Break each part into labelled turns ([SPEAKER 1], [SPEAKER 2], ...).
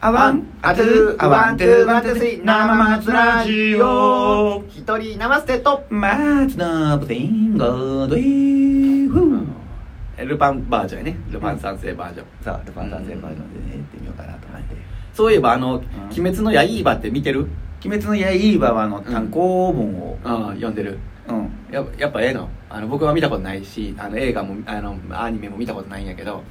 [SPEAKER 1] アワン、アトゥー、アワン、トゥー、ワン、トゥー、スリー、生松ラジオ。
[SPEAKER 2] 一人生ステと
[SPEAKER 1] 松のブティンゴドイフー。
[SPEAKER 2] ルパンバージョンやねルパン三世バージョン、
[SPEAKER 1] さあ、ルパン三世バージョンでね、やってみようかなと思って。
[SPEAKER 2] そういえばあの「鬼滅の刃」って見てる
[SPEAKER 1] 鬼滅の刃はあの単行本を、
[SPEAKER 2] ああ読んでる
[SPEAKER 1] うん。
[SPEAKER 2] ややっぱええのあの僕は見たことないしあの映画もあのアニメも見たことないんやけど、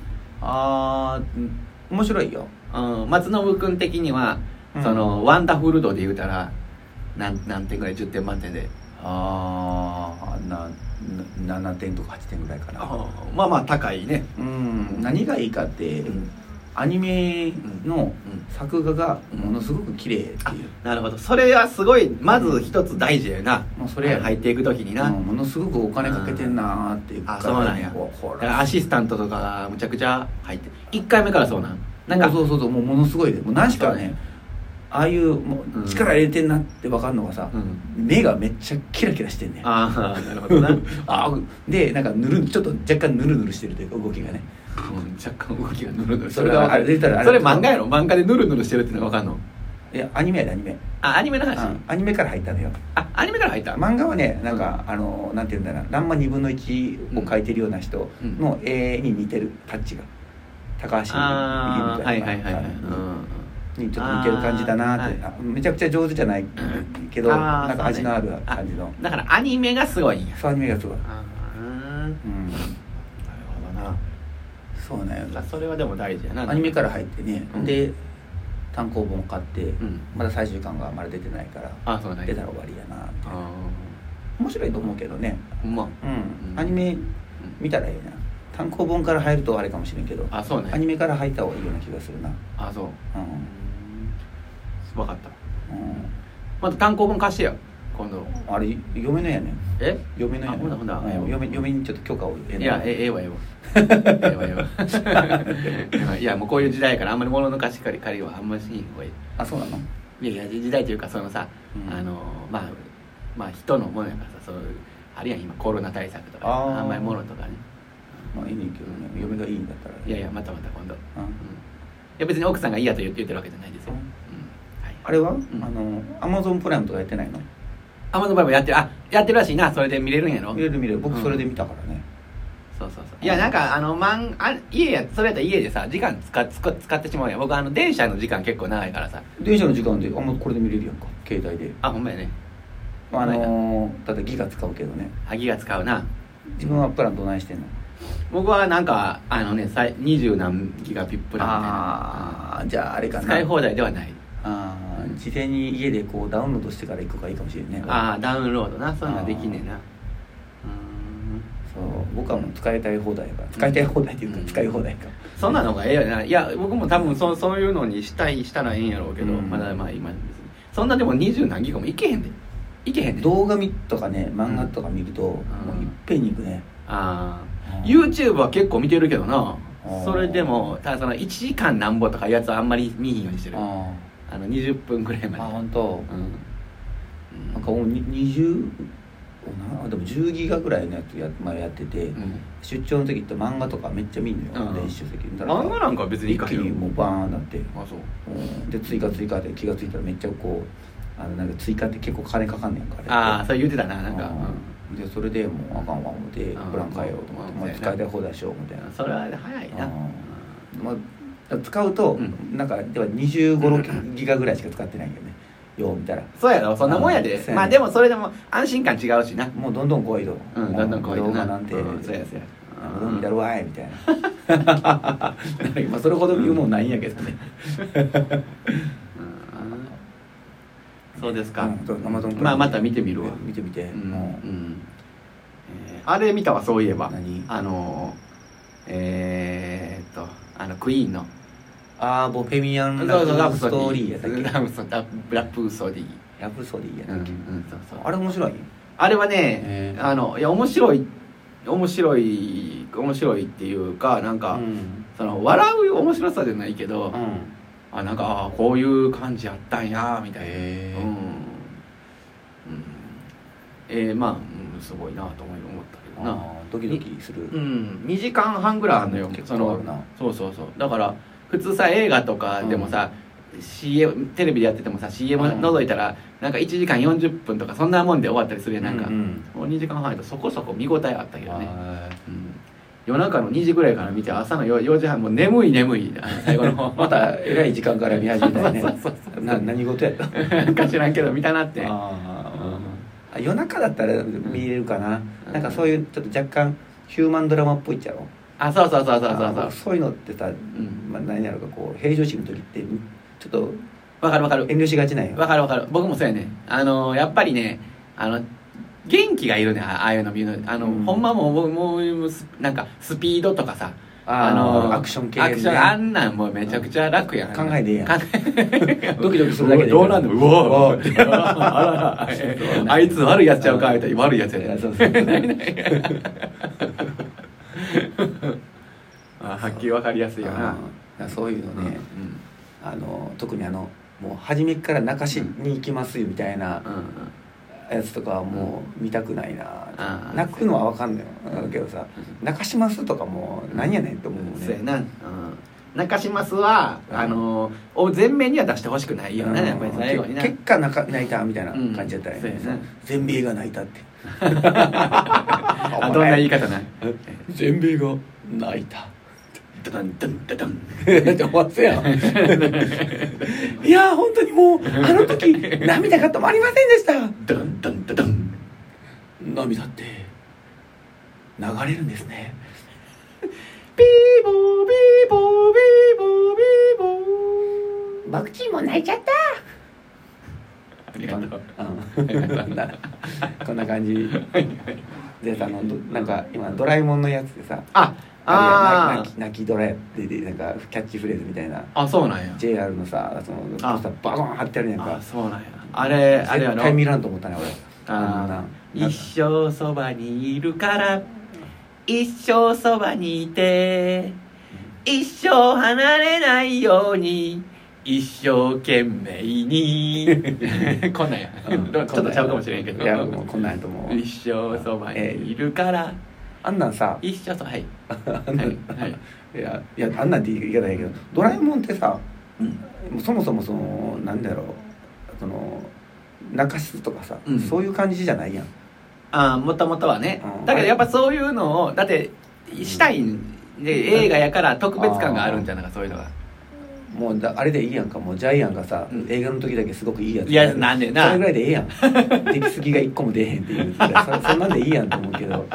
[SPEAKER 1] あー、面白いよ。
[SPEAKER 2] うん、松信君的には、
[SPEAKER 1] うん
[SPEAKER 2] そのワンダフル度で言うたらなん何点ぐらい10点満点で
[SPEAKER 1] あー、な、な7点とか8点ぐらいかな。
[SPEAKER 2] まあまあ高いね
[SPEAKER 1] うん、何がいいかって、
[SPEAKER 2] うん
[SPEAKER 1] アニメの
[SPEAKER 2] うん
[SPEAKER 1] 作画がものすごく綺麗っていう。
[SPEAKER 2] なるほどそれはすごいまず一つ大事やな、
[SPEAKER 1] もうそれや
[SPEAKER 2] 入っていく時にな、
[SPEAKER 1] うんものすごくお金かけてんなーっていう
[SPEAKER 2] あそうなんや
[SPEAKER 1] ほ
[SPEAKER 2] だから
[SPEAKER 1] ら
[SPEAKER 2] アシスタントとかがむちゃくちゃ入って1回目からそうなん
[SPEAKER 1] な
[SPEAKER 2] なんん
[SPEAKER 1] か
[SPEAKER 2] か
[SPEAKER 1] そうそうそうもうものすごいでもう何しか
[SPEAKER 2] そう
[SPEAKER 1] ね
[SPEAKER 2] ね
[SPEAKER 1] ああいうも
[SPEAKER 2] う
[SPEAKER 1] うん力入れてんなって分かるのがさ、
[SPEAKER 2] うん
[SPEAKER 1] 目がめっちゃキラキラしてんねん
[SPEAKER 2] ああなるほどな、うん、
[SPEAKER 1] あーでなんかぬるちょっと若干ぬるぬるしてるというか動きがね
[SPEAKER 2] 若干動きがヌルヌル
[SPEAKER 1] それが
[SPEAKER 2] わか
[SPEAKER 1] あれ出たらあれ
[SPEAKER 2] それ漫画やろ漫画でヌルヌルしてるってのが分かんの
[SPEAKER 1] いやアニメやでアニメ、
[SPEAKER 2] あアニメの
[SPEAKER 1] う
[SPEAKER 2] 話、
[SPEAKER 1] んアニメから入ったのよ
[SPEAKER 2] あアニメから入った、
[SPEAKER 1] 漫画はねなんか、あのなんていうんだろうな「らんま2分の1」を描いてるような人の絵に似てるタッチが高橋
[SPEAKER 2] ああ
[SPEAKER 1] み
[SPEAKER 2] は
[SPEAKER 1] た
[SPEAKER 2] い
[SPEAKER 1] いな
[SPEAKER 2] はいはいはい、うん
[SPEAKER 1] にちょっと似てる感じだなって、
[SPEAKER 2] あ
[SPEAKER 1] あめちゃくちゃ上手じゃないけど、
[SPEAKER 2] あー
[SPEAKER 1] なんか味のある感じ
[SPEAKER 2] そう
[SPEAKER 1] の
[SPEAKER 2] ねだからアニメがすごいんや
[SPEAKER 1] そうアニメがすごい、
[SPEAKER 2] ああな
[SPEAKER 1] う
[SPEAKER 2] る
[SPEAKER 1] ん、
[SPEAKER 2] ほどな
[SPEAKER 1] そうなん
[SPEAKER 2] ま
[SPEAKER 1] よ
[SPEAKER 2] あそれはでも大事やな
[SPEAKER 1] アニメから入ってね、
[SPEAKER 2] うん
[SPEAKER 1] で単行本を買って、
[SPEAKER 2] ん
[SPEAKER 1] まだ最終巻がまだ出てないから
[SPEAKER 2] あそうなんや
[SPEAKER 1] 出たら終わりやな
[SPEAKER 2] ああ
[SPEAKER 1] 面白いと思うけどね
[SPEAKER 2] ほんま
[SPEAKER 1] うん、
[SPEAKER 2] うん
[SPEAKER 1] アニメ見たらいいな単行本から入るとあれかもしれんけど
[SPEAKER 2] あそうね
[SPEAKER 1] アニメから入った方がいいような気がするな
[SPEAKER 2] あそう
[SPEAKER 1] うん、
[SPEAKER 2] 分かった
[SPEAKER 1] う
[SPEAKER 2] また単行本貸してよ今度
[SPEAKER 1] ん、あれ嫁のやねん
[SPEAKER 2] え
[SPEAKER 1] 嫁のや
[SPEAKER 2] あ
[SPEAKER 1] ね
[SPEAKER 2] ほんだほんだ
[SPEAKER 1] うん嫁嫁にちょっと許可を得
[SPEAKER 2] いやえええわええ わええわええわ いやもうこういう時代やからあんまり物の貸し借り借りはあんまりしんほうがいい
[SPEAKER 1] あそうなの
[SPEAKER 2] いやいや時代というかそのさ、
[SPEAKER 1] うん
[SPEAKER 2] あのまあまあ人のものやからさそういうあるやん今コロナ対策とか
[SPEAKER 1] あー
[SPEAKER 2] あんまり物とかね
[SPEAKER 1] まあいいねんけどね嫁がいいんだったら
[SPEAKER 2] いやいやまたまた今度、うん、い
[SPEAKER 1] うん
[SPEAKER 2] や別に奥さんがいいやと言って言ってるわけじゃないですよ、
[SPEAKER 1] う
[SPEAKER 2] うんんはい、
[SPEAKER 1] あれは、
[SPEAKER 2] ん
[SPEAKER 1] あのアマゾンプライムとかやってないの
[SPEAKER 2] アマゾンプライムやってるあやってるらしいなそれで見れるんやろ
[SPEAKER 1] 見れる見れる僕
[SPEAKER 2] うん
[SPEAKER 1] それで見たからね、
[SPEAKER 2] そうそうそういやなんかあのマンあ家やそれやったら家でさ時間使使使ってしまうやん僕あの電車の時間結構長いからさ
[SPEAKER 1] 電車の時間であんまこれで見れるやんか携帯で、
[SPEAKER 2] あほんまやね
[SPEAKER 1] まあ、あのー、だってギガ使うけどね
[SPEAKER 2] あギガ使うな
[SPEAKER 1] 自分はプランどないしてんの
[SPEAKER 2] 僕はなんかあのねさい二十何ギガピップラみたいな
[SPEAKER 1] ああーじゃああれかな
[SPEAKER 2] 使い放題ではない
[SPEAKER 1] ああ事前に家でこうダウンロードしてから行くからいいかもしれんね
[SPEAKER 2] ああダウンロードなそういうのはできんねえなう
[SPEAKER 1] そう僕はもう使いたい放題やから使いたい放題っていうか、
[SPEAKER 2] うん
[SPEAKER 1] 使い放題か
[SPEAKER 2] ーんそんなのがええよないや僕も多分そそういうのにしたいしたらええんやろうけど、
[SPEAKER 1] うん
[SPEAKER 2] まだまあ今別にそんなでも二十何ギガもいけへんでいけへんで
[SPEAKER 1] 動画見とかね漫画とか見ると、も
[SPEAKER 2] ん
[SPEAKER 1] ういっぺんに行くね
[SPEAKER 2] ああ
[SPEAKER 1] うん
[SPEAKER 2] YouTube は結構見てるけどな
[SPEAKER 1] うん
[SPEAKER 2] それでもただその1時間なんぼとかいうやつはあんまり見ひんようにしてるあ
[SPEAKER 1] あ
[SPEAKER 2] の20分ぐらい
[SPEAKER 1] ーあ
[SPEAKER 2] ま
[SPEAKER 1] 本当
[SPEAKER 2] でうんうん
[SPEAKER 1] なんかもうに20おなでも10ギガぐらいのやつや,、まあ、やってて、
[SPEAKER 2] うん
[SPEAKER 1] 出張の時って漫画とかめっちゃ見んのよ、
[SPEAKER 2] うん
[SPEAKER 1] 電子書籍見たら
[SPEAKER 2] 漫画なんか別にいい
[SPEAKER 1] 一
[SPEAKER 2] か
[SPEAKER 1] 気にもうバーンなって、
[SPEAKER 2] あそう
[SPEAKER 1] うんで追加追加で気がついたらめっちゃこうあのなんか追加って結構金かかんねんから
[SPEAKER 2] ああそう言うてたななんか
[SPEAKER 1] うんでそれでもうあかんわ思って
[SPEAKER 2] うん
[SPEAKER 1] プラン変えようと思って、
[SPEAKER 2] うん
[SPEAKER 1] まあ、使いたい放題しようみたいな
[SPEAKER 2] うんそれは早いな
[SPEAKER 1] うんまあ、だから使うと、
[SPEAKER 2] うん
[SPEAKER 1] なんかでは2 5ギガぐらいしか使ってないよねよう見たら
[SPEAKER 2] そうやろそんなもんやで
[SPEAKER 1] うんそうやね
[SPEAKER 2] まあでもそれでも安心感違うしな
[SPEAKER 1] もうどんどん怖いと、
[SPEAKER 2] うんだんだん怖い
[SPEAKER 1] 動
[SPEAKER 2] な
[SPEAKER 1] 画なんて、
[SPEAKER 2] うんそうやそうや
[SPEAKER 1] どん見たるわいみたい なまあそれほど言うもんないんやけどね
[SPEAKER 2] うんそうですか
[SPEAKER 1] うんそう Amazon
[SPEAKER 2] まあまた見てみるわ
[SPEAKER 1] 見てみて、
[SPEAKER 2] うん
[SPEAKER 1] うん
[SPEAKER 2] えーあれ見たわそういえば
[SPEAKER 1] 何
[SPEAKER 2] あのーえー、っとあのクイーンの
[SPEAKER 1] ああボヘミアンラ
[SPEAKER 2] そうそう
[SPEAKER 1] ブストーリーやったっけ
[SPEAKER 2] ラブソディラブソディ
[SPEAKER 1] ラブソディやった
[SPEAKER 2] うん
[SPEAKER 1] っ
[SPEAKER 2] う
[SPEAKER 1] け、
[SPEAKER 2] んそうそう
[SPEAKER 1] あれ面白い
[SPEAKER 2] あれは
[SPEAKER 1] へ
[SPEAKER 2] ね
[SPEAKER 1] ー
[SPEAKER 2] あのいや面白い面白い面白いっていうかなんか、
[SPEAKER 1] うん
[SPEAKER 2] その笑う面白さじゃないけど、
[SPEAKER 1] うん
[SPEAKER 2] あなんかあーこういう感じやったんやみたいな
[SPEAKER 1] へー
[SPEAKER 2] うん、うん、えー、まあ、うん、すごいなと思い思ったけどな
[SPEAKER 1] あードキドキする、
[SPEAKER 2] うん、2時間半ぐらいあるのよ
[SPEAKER 1] 結構
[SPEAKER 2] そ
[SPEAKER 1] あ
[SPEAKER 2] の
[SPEAKER 1] るな
[SPEAKER 2] そうそうそうだから普通さ映画とかでもさ、 CM テレビでやっててもさ CM
[SPEAKER 1] うん
[SPEAKER 2] 覗いたらなんか1時間40分とかそんなもんで終わったりするやんなんか、
[SPEAKER 1] うんうん
[SPEAKER 2] もう2時間半やとそこそこ見応えあったけどね、
[SPEAKER 1] あ
[SPEAKER 2] うん夜中の2時ぐらいから見て朝の 4, 時半もう眠い 眠い最後の方
[SPEAKER 1] ーまたえらい時間から見始めたよ ね
[SPEAKER 2] そうそうそうそう
[SPEAKER 1] な何事やった
[SPEAKER 2] なん か知らんけど見たなって
[SPEAKER 1] あーあ夜中だったら見れるかな、
[SPEAKER 2] うん
[SPEAKER 1] なんかそういうちょっと若干ヒューマンドラマっぽいっちゃろ
[SPEAKER 2] あそうそうそうそうそう
[SPEAKER 1] あ
[SPEAKER 2] そ
[SPEAKER 1] ー
[SPEAKER 2] う
[SPEAKER 1] そういうのってさ、
[SPEAKER 2] ん
[SPEAKER 1] まあ、何やろうかこう平常心の時ってちょっと
[SPEAKER 2] わかるわかる
[SPEAKER 1] 遠慮しがちなん
[SPEAKER 2] わ
[SPEAKER 1] よ
[SPEAKER 2] かるわかる僕もそうやねあのやっぱりねあの元気がいるねあああいうの見るのあの、
[SPEAKER 1] うん
[SPEAKER 2] ほんまもう僕もうすなんかスピードとかさ
[SPEAKER 1] あのアクション系ね
[SPEAKER 2] アクションあんなんもうめちゃくちゃ楽やん、
[SPEAKER 1] 考えでええやん
[SPEAKER 2] 考え
[SPEAKER 1] ドキドキするだけで
[SPEAKER 2] どうなんでもうわ
[SPEAKER 1] うわ
[SPEAKER 2] ーあらら
[SPEAKER 1] そう
[SPEAKER 2] あいつ悪いやつちゃうかみたいな悪いやつやね
[SPEAKER 1] あそうそうそう
[SPEAKER 2] あはっきり分かりやすいよな
[SPEAKER 1] あーそういうのね、
[SPEAKER 2] うん
[SPEAKER 1] あの特にあのもう初めから泣かしに行きますよみたいな
[SPEAKER 2] うんうん
[SPEAKER 1] やつとかはもう見たくないな、
[SPEAKER 2] うん
[SPEAKER 1] 泣くのは分かんないよけどさ「泣かします」とかもう何やねんと思う
[SPEAKER 2] そうや
[SPEAKER 1] ね、
[SPEAKER 2] な、うん、中島すは、
[SPEAKER 1] うん
[SPEAKER 2] あのを前面には出してほしくないよ
[SPEAKER 1] うん
[SPEAKER 2] ね、やっぱり最後にな
[SPEAKER 1] け結果泣か泣いたみたいな感じだったらいい
[SPEAKER 2] うんそうやな
[SPEAKER 1] 全米が泣いたって
[SPEAKER 2] あどんな言い方ない
[SPEAKER 1] 全米が泣いた
[SPEAKER 2] ドドンドンドドン
[SPEAKER 1] だって終わってやんいやー本当にもうあの時涙が止まりませんでした
[SPEAKER 2] ドンドンドドン
[SPEAKER 1] 涙って流れるんですね
[SPEAKER 2] ビーボービーボービーボービーボー
[SPEAKER 1] バクチンも泣いちゃった
[SPEAKER 2] ありがとう
[SPEAKER 1] うん、 なこんな感じでさあのどなんか今ドラえもんのやつでさ
[SPEAKER 2] あ
[SPEAKER 1] あれ
[SPEAKER 2] あ
[SPEAKER 1] 泣き泣きドラででなんかキャッチフレーズみたいな
[SPEAKER 2] ああそうなんや
[SPEAKER 1] JR のさその
[SPEAKER 2] あ
[SPEAKER 1] ポスターバコン貼ってあるやんか
[SPEAKER 2] あそうなんやあれあれや
[SPEAKER 1] 絶
[SPEAKER 2] ろ
[SPEAKER 1] 対見らんと思ったね俺
[SPEAKER 2] あー
[SPEAKER 1] んななんか
[SPEAKER 2] 一生そばにいるから一生そばにいて一生離れないように一生懸命 にこんなんや、
[SPEAKER 1] うん
[SPEAKER 2] ちょっとちゃうかもしれんけど
[SPEAKER 1] いやもうこんなんやと思う
[SPEAKER 2] 一生そばにいるから、
[SPEAKER 1] あんなんさ
[SPEAKER 2] 一生そばはい
[SPEAKER 1] あ
[SPEAKER 2] は
[SPEAKER 1] んなん
[SPEAKER 2] いはい、
[SPEAKER 1] いやいやあんなんって言い方やけどドラえもんってさ
[SPEAKER 2] うん、
[SPEAKER 1] もうそもそもそのなんだろうその泣かすとかさ、
[SPEAKER 2] うん
[SPEAKER 1] そういう感じじゃないやん
[SPEAKER 2] ああもともとはね、
[SPEAKER 1] うん
[SPEAKER 2] だけどやっぱそういうのをだってしたいんで映画やから特別感があるんじゃないかそういうのが
[SPEAKER 1] もうだあれでいいやんかもうジャイアンがさ、
[SPEAKER 2] うん
[SPEAKER 1] 映画の時だけすごくいいやつ
[SPEAKER 2] いやなんで
[SPEAKER 1] そ
[SPEAKER 2] な
[SPEAKER 1] れぐらいでええ やん出来すぎが一個も出えへんっていうそそんなんでいいやんと思うけ ど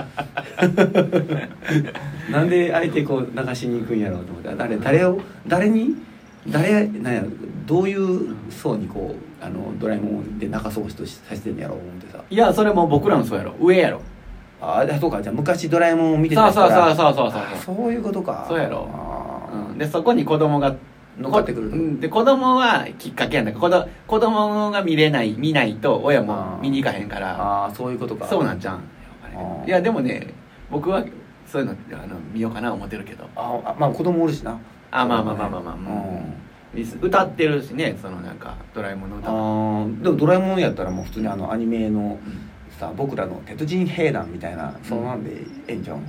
[SPEAKER 1] なんであえてこう流しに行くんやろうと思ってあれ誰を誰に誰なんやろどういう層にこうあのドラえもんで泣かそうとしさせてんやろう思ってさ
[SPEAKER 2] いやそれも僕らもそうやろ上やろ
[SPEAKER 1] ああそうかじゃあ昔ドラえもんを見て
[SPEAKER 2] そ
[SPEAKER 1] た
[SPEAKER 2] うそうそう
[SPEAKER 1] う
[SPEAKER 2] そうそうそう
[SPEAKER 1] そういうことか
[SPEAKER 2] そうやろ
[SPEAKER 1] あー
[SPEAKER 2] うんでそこに子供が
[SPEAKER 1] 乗っかってくる
[SPEAKER 2] こうんで子供はきっかけやんだから子ど子供が見れない見ないと親も
[SPEAKER 1] あー
[SPEAKER 2] 見に行かへんから
[SPEAKER 1] ああそういうことか
[SPEAKER 2] そうなんじゃん
[SPEAKER 1] あー
[SPEAKER 2] いやでもね僕はそういうのあの見ようかな思ってるけど
[SPEAKER 1] ああまあ子供おるしな
[SPEAKER 2] あまあまあまあまあまあまあ
[SPEAKER 1] う
[SPEAKER 2] 歌ってるしねそのなんかドラえもんの歌
[SPEAKER 1] ん、あーでも「ドラえもん」やったらもう普通にあのアニメの
[SPEAKER 2] うん
[SPEAKER 1] さ僕らの鉄人兵団みたいなそんなんでええんじゃん、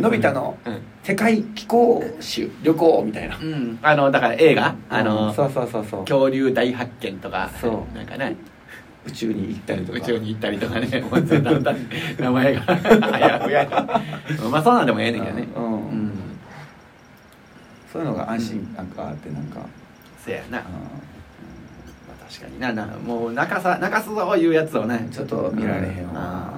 [SPEAKER 1] のび太の世界気候集旅行みたいな
[SPEAKER 2] うん、うん、あのだから映画あ
[SPEAKER 1] うん
[SPEAKER 2] の
[SPEAKER 1] そうそうそうそう
[SPEAKER 2] 恐竜大発見とか
[SPEAKER 1] そう
[SPEAKER 2] なんかね
[SPEAKER 1] 宇宙に行ったりとか
[SPEAKER 2] 宇宙に行ったりとかねも うだんだん名前があやふややまあそうなんでもええねんけどね
[SPEAKER 1] うん
[SPEAKER 2] う
[SPEAKER 1] うん
[SPEAKER 2] ん
[SPEAKER 1] そういうのが安心なんかあってなんか、
[SPEAKER 2] せやな、ま
[SPEAKER 1] う
[SPEAKER 2] あ、確かにななもう泣かさ泣かすぞいうやつをね
[SPEAKER 1] ん、ちょっと見られへんわ、
[SPEAKER 2] うん
[SPEAKER 1] あ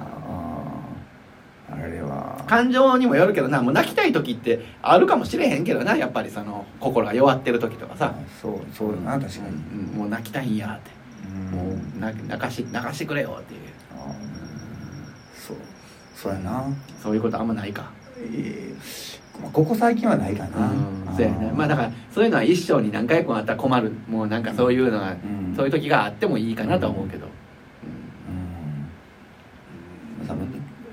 [SPEAKER 1] ーあれは
[SPEAKER 2] 感情にもよるけどなもう泣きたい時ってあるかもしれへんけどなやっぱりその心が弱ってる時とかさ
[SPEAKER 1] そうそうだな確かに、
[SPEAKER 2] うんもう泣きたいんやって、
[SPEAKER 1] うん
[SPEAKER 2] もう泣泣かし泣かしてくれよっていう
[SPEAKER 1] あーそうそうやな
[SPEAKER 2] そういうことあんまないか
[SPEAKER 1] えーまあここ最近はないかな、
[SPEAKER 2] うんそうやねまあだからそういうのは一生に何回もあったら困るもうなんかそういうのが、
[SPEAKER 1] うん
[SPEAKER 2] そういう時があってもいいかなとは思うけど、
[SPEAKER 1] うんさ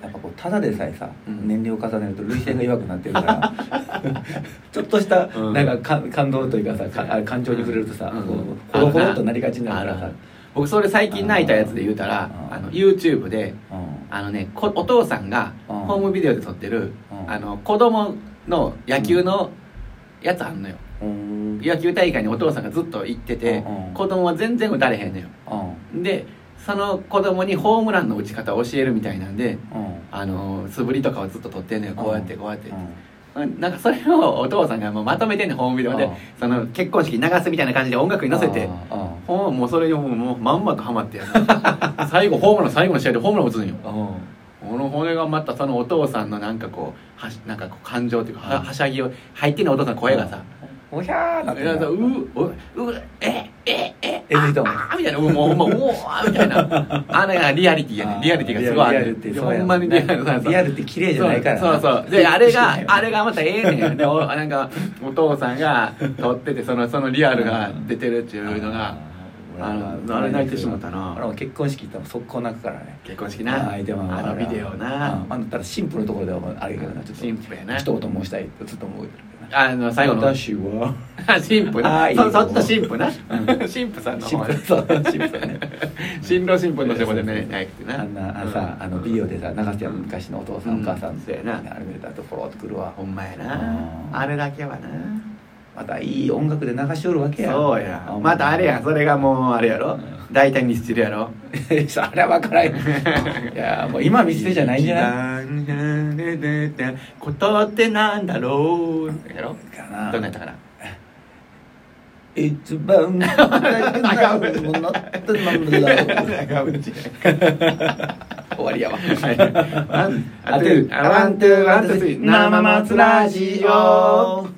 [SPEAKER 1] やっぱこうただでさえさ、
[SPEAKER 2] うん
[SPEAKER 1] 年齢を重ねると涙腺が弱くなってるから ちょっとした
[SPEAKER 2] うん
[SPEAKER 1] なんかか感動というかさかあ感情に触れるとさ、
[SPEAKER 2] うん
[SPEAKER 1] こう
[SPEAKER 2] あ
[SPEAKER 1] ほろ
[SPEAKER 2] るな
[SPEAKER 1] ほろっとなりがちになるから
[SPEAKER 2] あ
[SPEAKER 1] さ
[SPEAKER 2] る僕それ最近泣いたやつで言うたら
[SPEAKER 1] うん
[SPEAKER 2] あの YouTube で
[SPEAKER 1] うん
[SPEAKER 2] あのねこお父さんが
[SPEAKER 1] うん
[SPEAKER 2] ホームビデオで撮ってる
[SPEAKER 1] うん
[SPEAKER 2] あの子供の野球のやつあんのよ
[SPEAKER 1] うん
[SPEAKER 2] 野球大会にお父さんがずっと行ってて、
[SPEAKER 1] うんうん
[SPEAKER 2] 子供は全然打たれへんのよでその子供にホームランの打ち方を教えるみたいなんであの素振りとかをずっと撮ってんのよこうやってこうやって、うんなんかそれをお父さんがもうまとめてんねんホームビデオで
[SPEAKER 1] うん
[SPEAKER 2] その結婚式に流すみたいな感じで音楽に乗せてほんまもうそれにもうもうまんまとハマ ってやる最後ホームラン最後の試合でホームラン打つんよこの骨がまたそのお父さんのなんかこうはしなんかこう感情っていうかははしゃぎを入ってんのお父さんの声がさ
[SPEAKER 1] おひゃーなっ
[SPEAKER 2] い
[SPEAKER 1] て
[SPEAKER 2] や
[SPEAKER 1] んだ
[SPEAKER 2] そううううえええ
[SPEAKER 1] えずいたもん
[SPEAKER 2] あーみたいなうんもうほんまうおーみたいなあなんかリアリティやねリアリティがすごいあ
[SPEAKER 1] リア
[SPEAKER 2] る
[SPEAKER 1] ルってそう
[SPEAKER 2] ほ
[SPEAKER 1] や
[SPEAKER 2] んまにリアルそうそう
[SPEAKER 1] リアルって綺麗じゃないから
[SPEAKER 2] そう
[SPEAKER 1] な
[SPEAKER 2] そうそうであ れがあれがまたええねんでおなんかお父さんが撮っててそのそのリアルが出てるっていうのがあのあれ泣いてしまったな
[SPEAKER 1] 俺も結婚式行ったら速攻泣くからね
[SPEAKER 2] 結婚式な
[SPEAKER 1] 相手も
[SPEAKER 2] あのビデオな
[SPEAKER 1] うんあんたらシンプルのところではあれやからなちょっと
[SPEAKER 2] シンプルやな
[SPEAKER 1] 一言申したいってずっと思うけどな
[SPEAKER 2] あの最後の
[SPEAKER 1] 私は
[SPEAKER 2] 神父
[SPEAKER 1] あ
[SPEAKER 2] な
[SPEAKER 1] ーいい
[SPEAKER 2] そ
[SPEAKER 1] よ
[SPEAKER 2] そっちの神父な
[SPEAKER 1] うん
[SPEAKER 2] 神父さんの
[SPEAKER 1] シン
[SPEAKER 2] 方
[SPEAKER 1] プルそうシンプルね
[SPEAKER 2] 新郎新婦のとこでねないくてな
[SPEAKER 1] あんなあのさ、
[SPEAKER 2] うん
[SPEAKER 1] あのビデオでさ流してやる昔のお父さん、
[SPEAKER 2] うん
[SPEAKER 1] お母さん
[SPEAKER 2] そうやな
[SPEAKER 1] あれ見たところってくるわ
[SPEAKER 2] ほんまや
[SPEAKER 1] うん
[SPEAKER 2] なあれだけはな
[SPEAKER 1] またいい音楽で流しおるわけや
[SPEAKER 2] そうやまたあれやそれがもうあれや
[SPEAKER 1] う
[SPEAKER 2] ろ
[SPEAKER 1] ん
[SPEAKER 2] 大体ミスチルやろ
[SPEAKER 1] そあれは分から へんいやもう今見捨てじゃないんじゃない
[SPEAKER 2] ないことってなんだろうやろ
[SPEAKER 1] かな
[SPEAKER 2] ど
[SPEAKER 1] ん
[SPEAKER 2] なんやったかな
[SPEAKER 1] 一番
[SPEAKER 2] 中村
[SPEAKER 1] ものってなんだろう終わりやわ
[SPEAKER 2] はいワン
[SPEAKER 1] 当てる
[SPEAKER 2] ワンツーワンツースリー生松ラジオ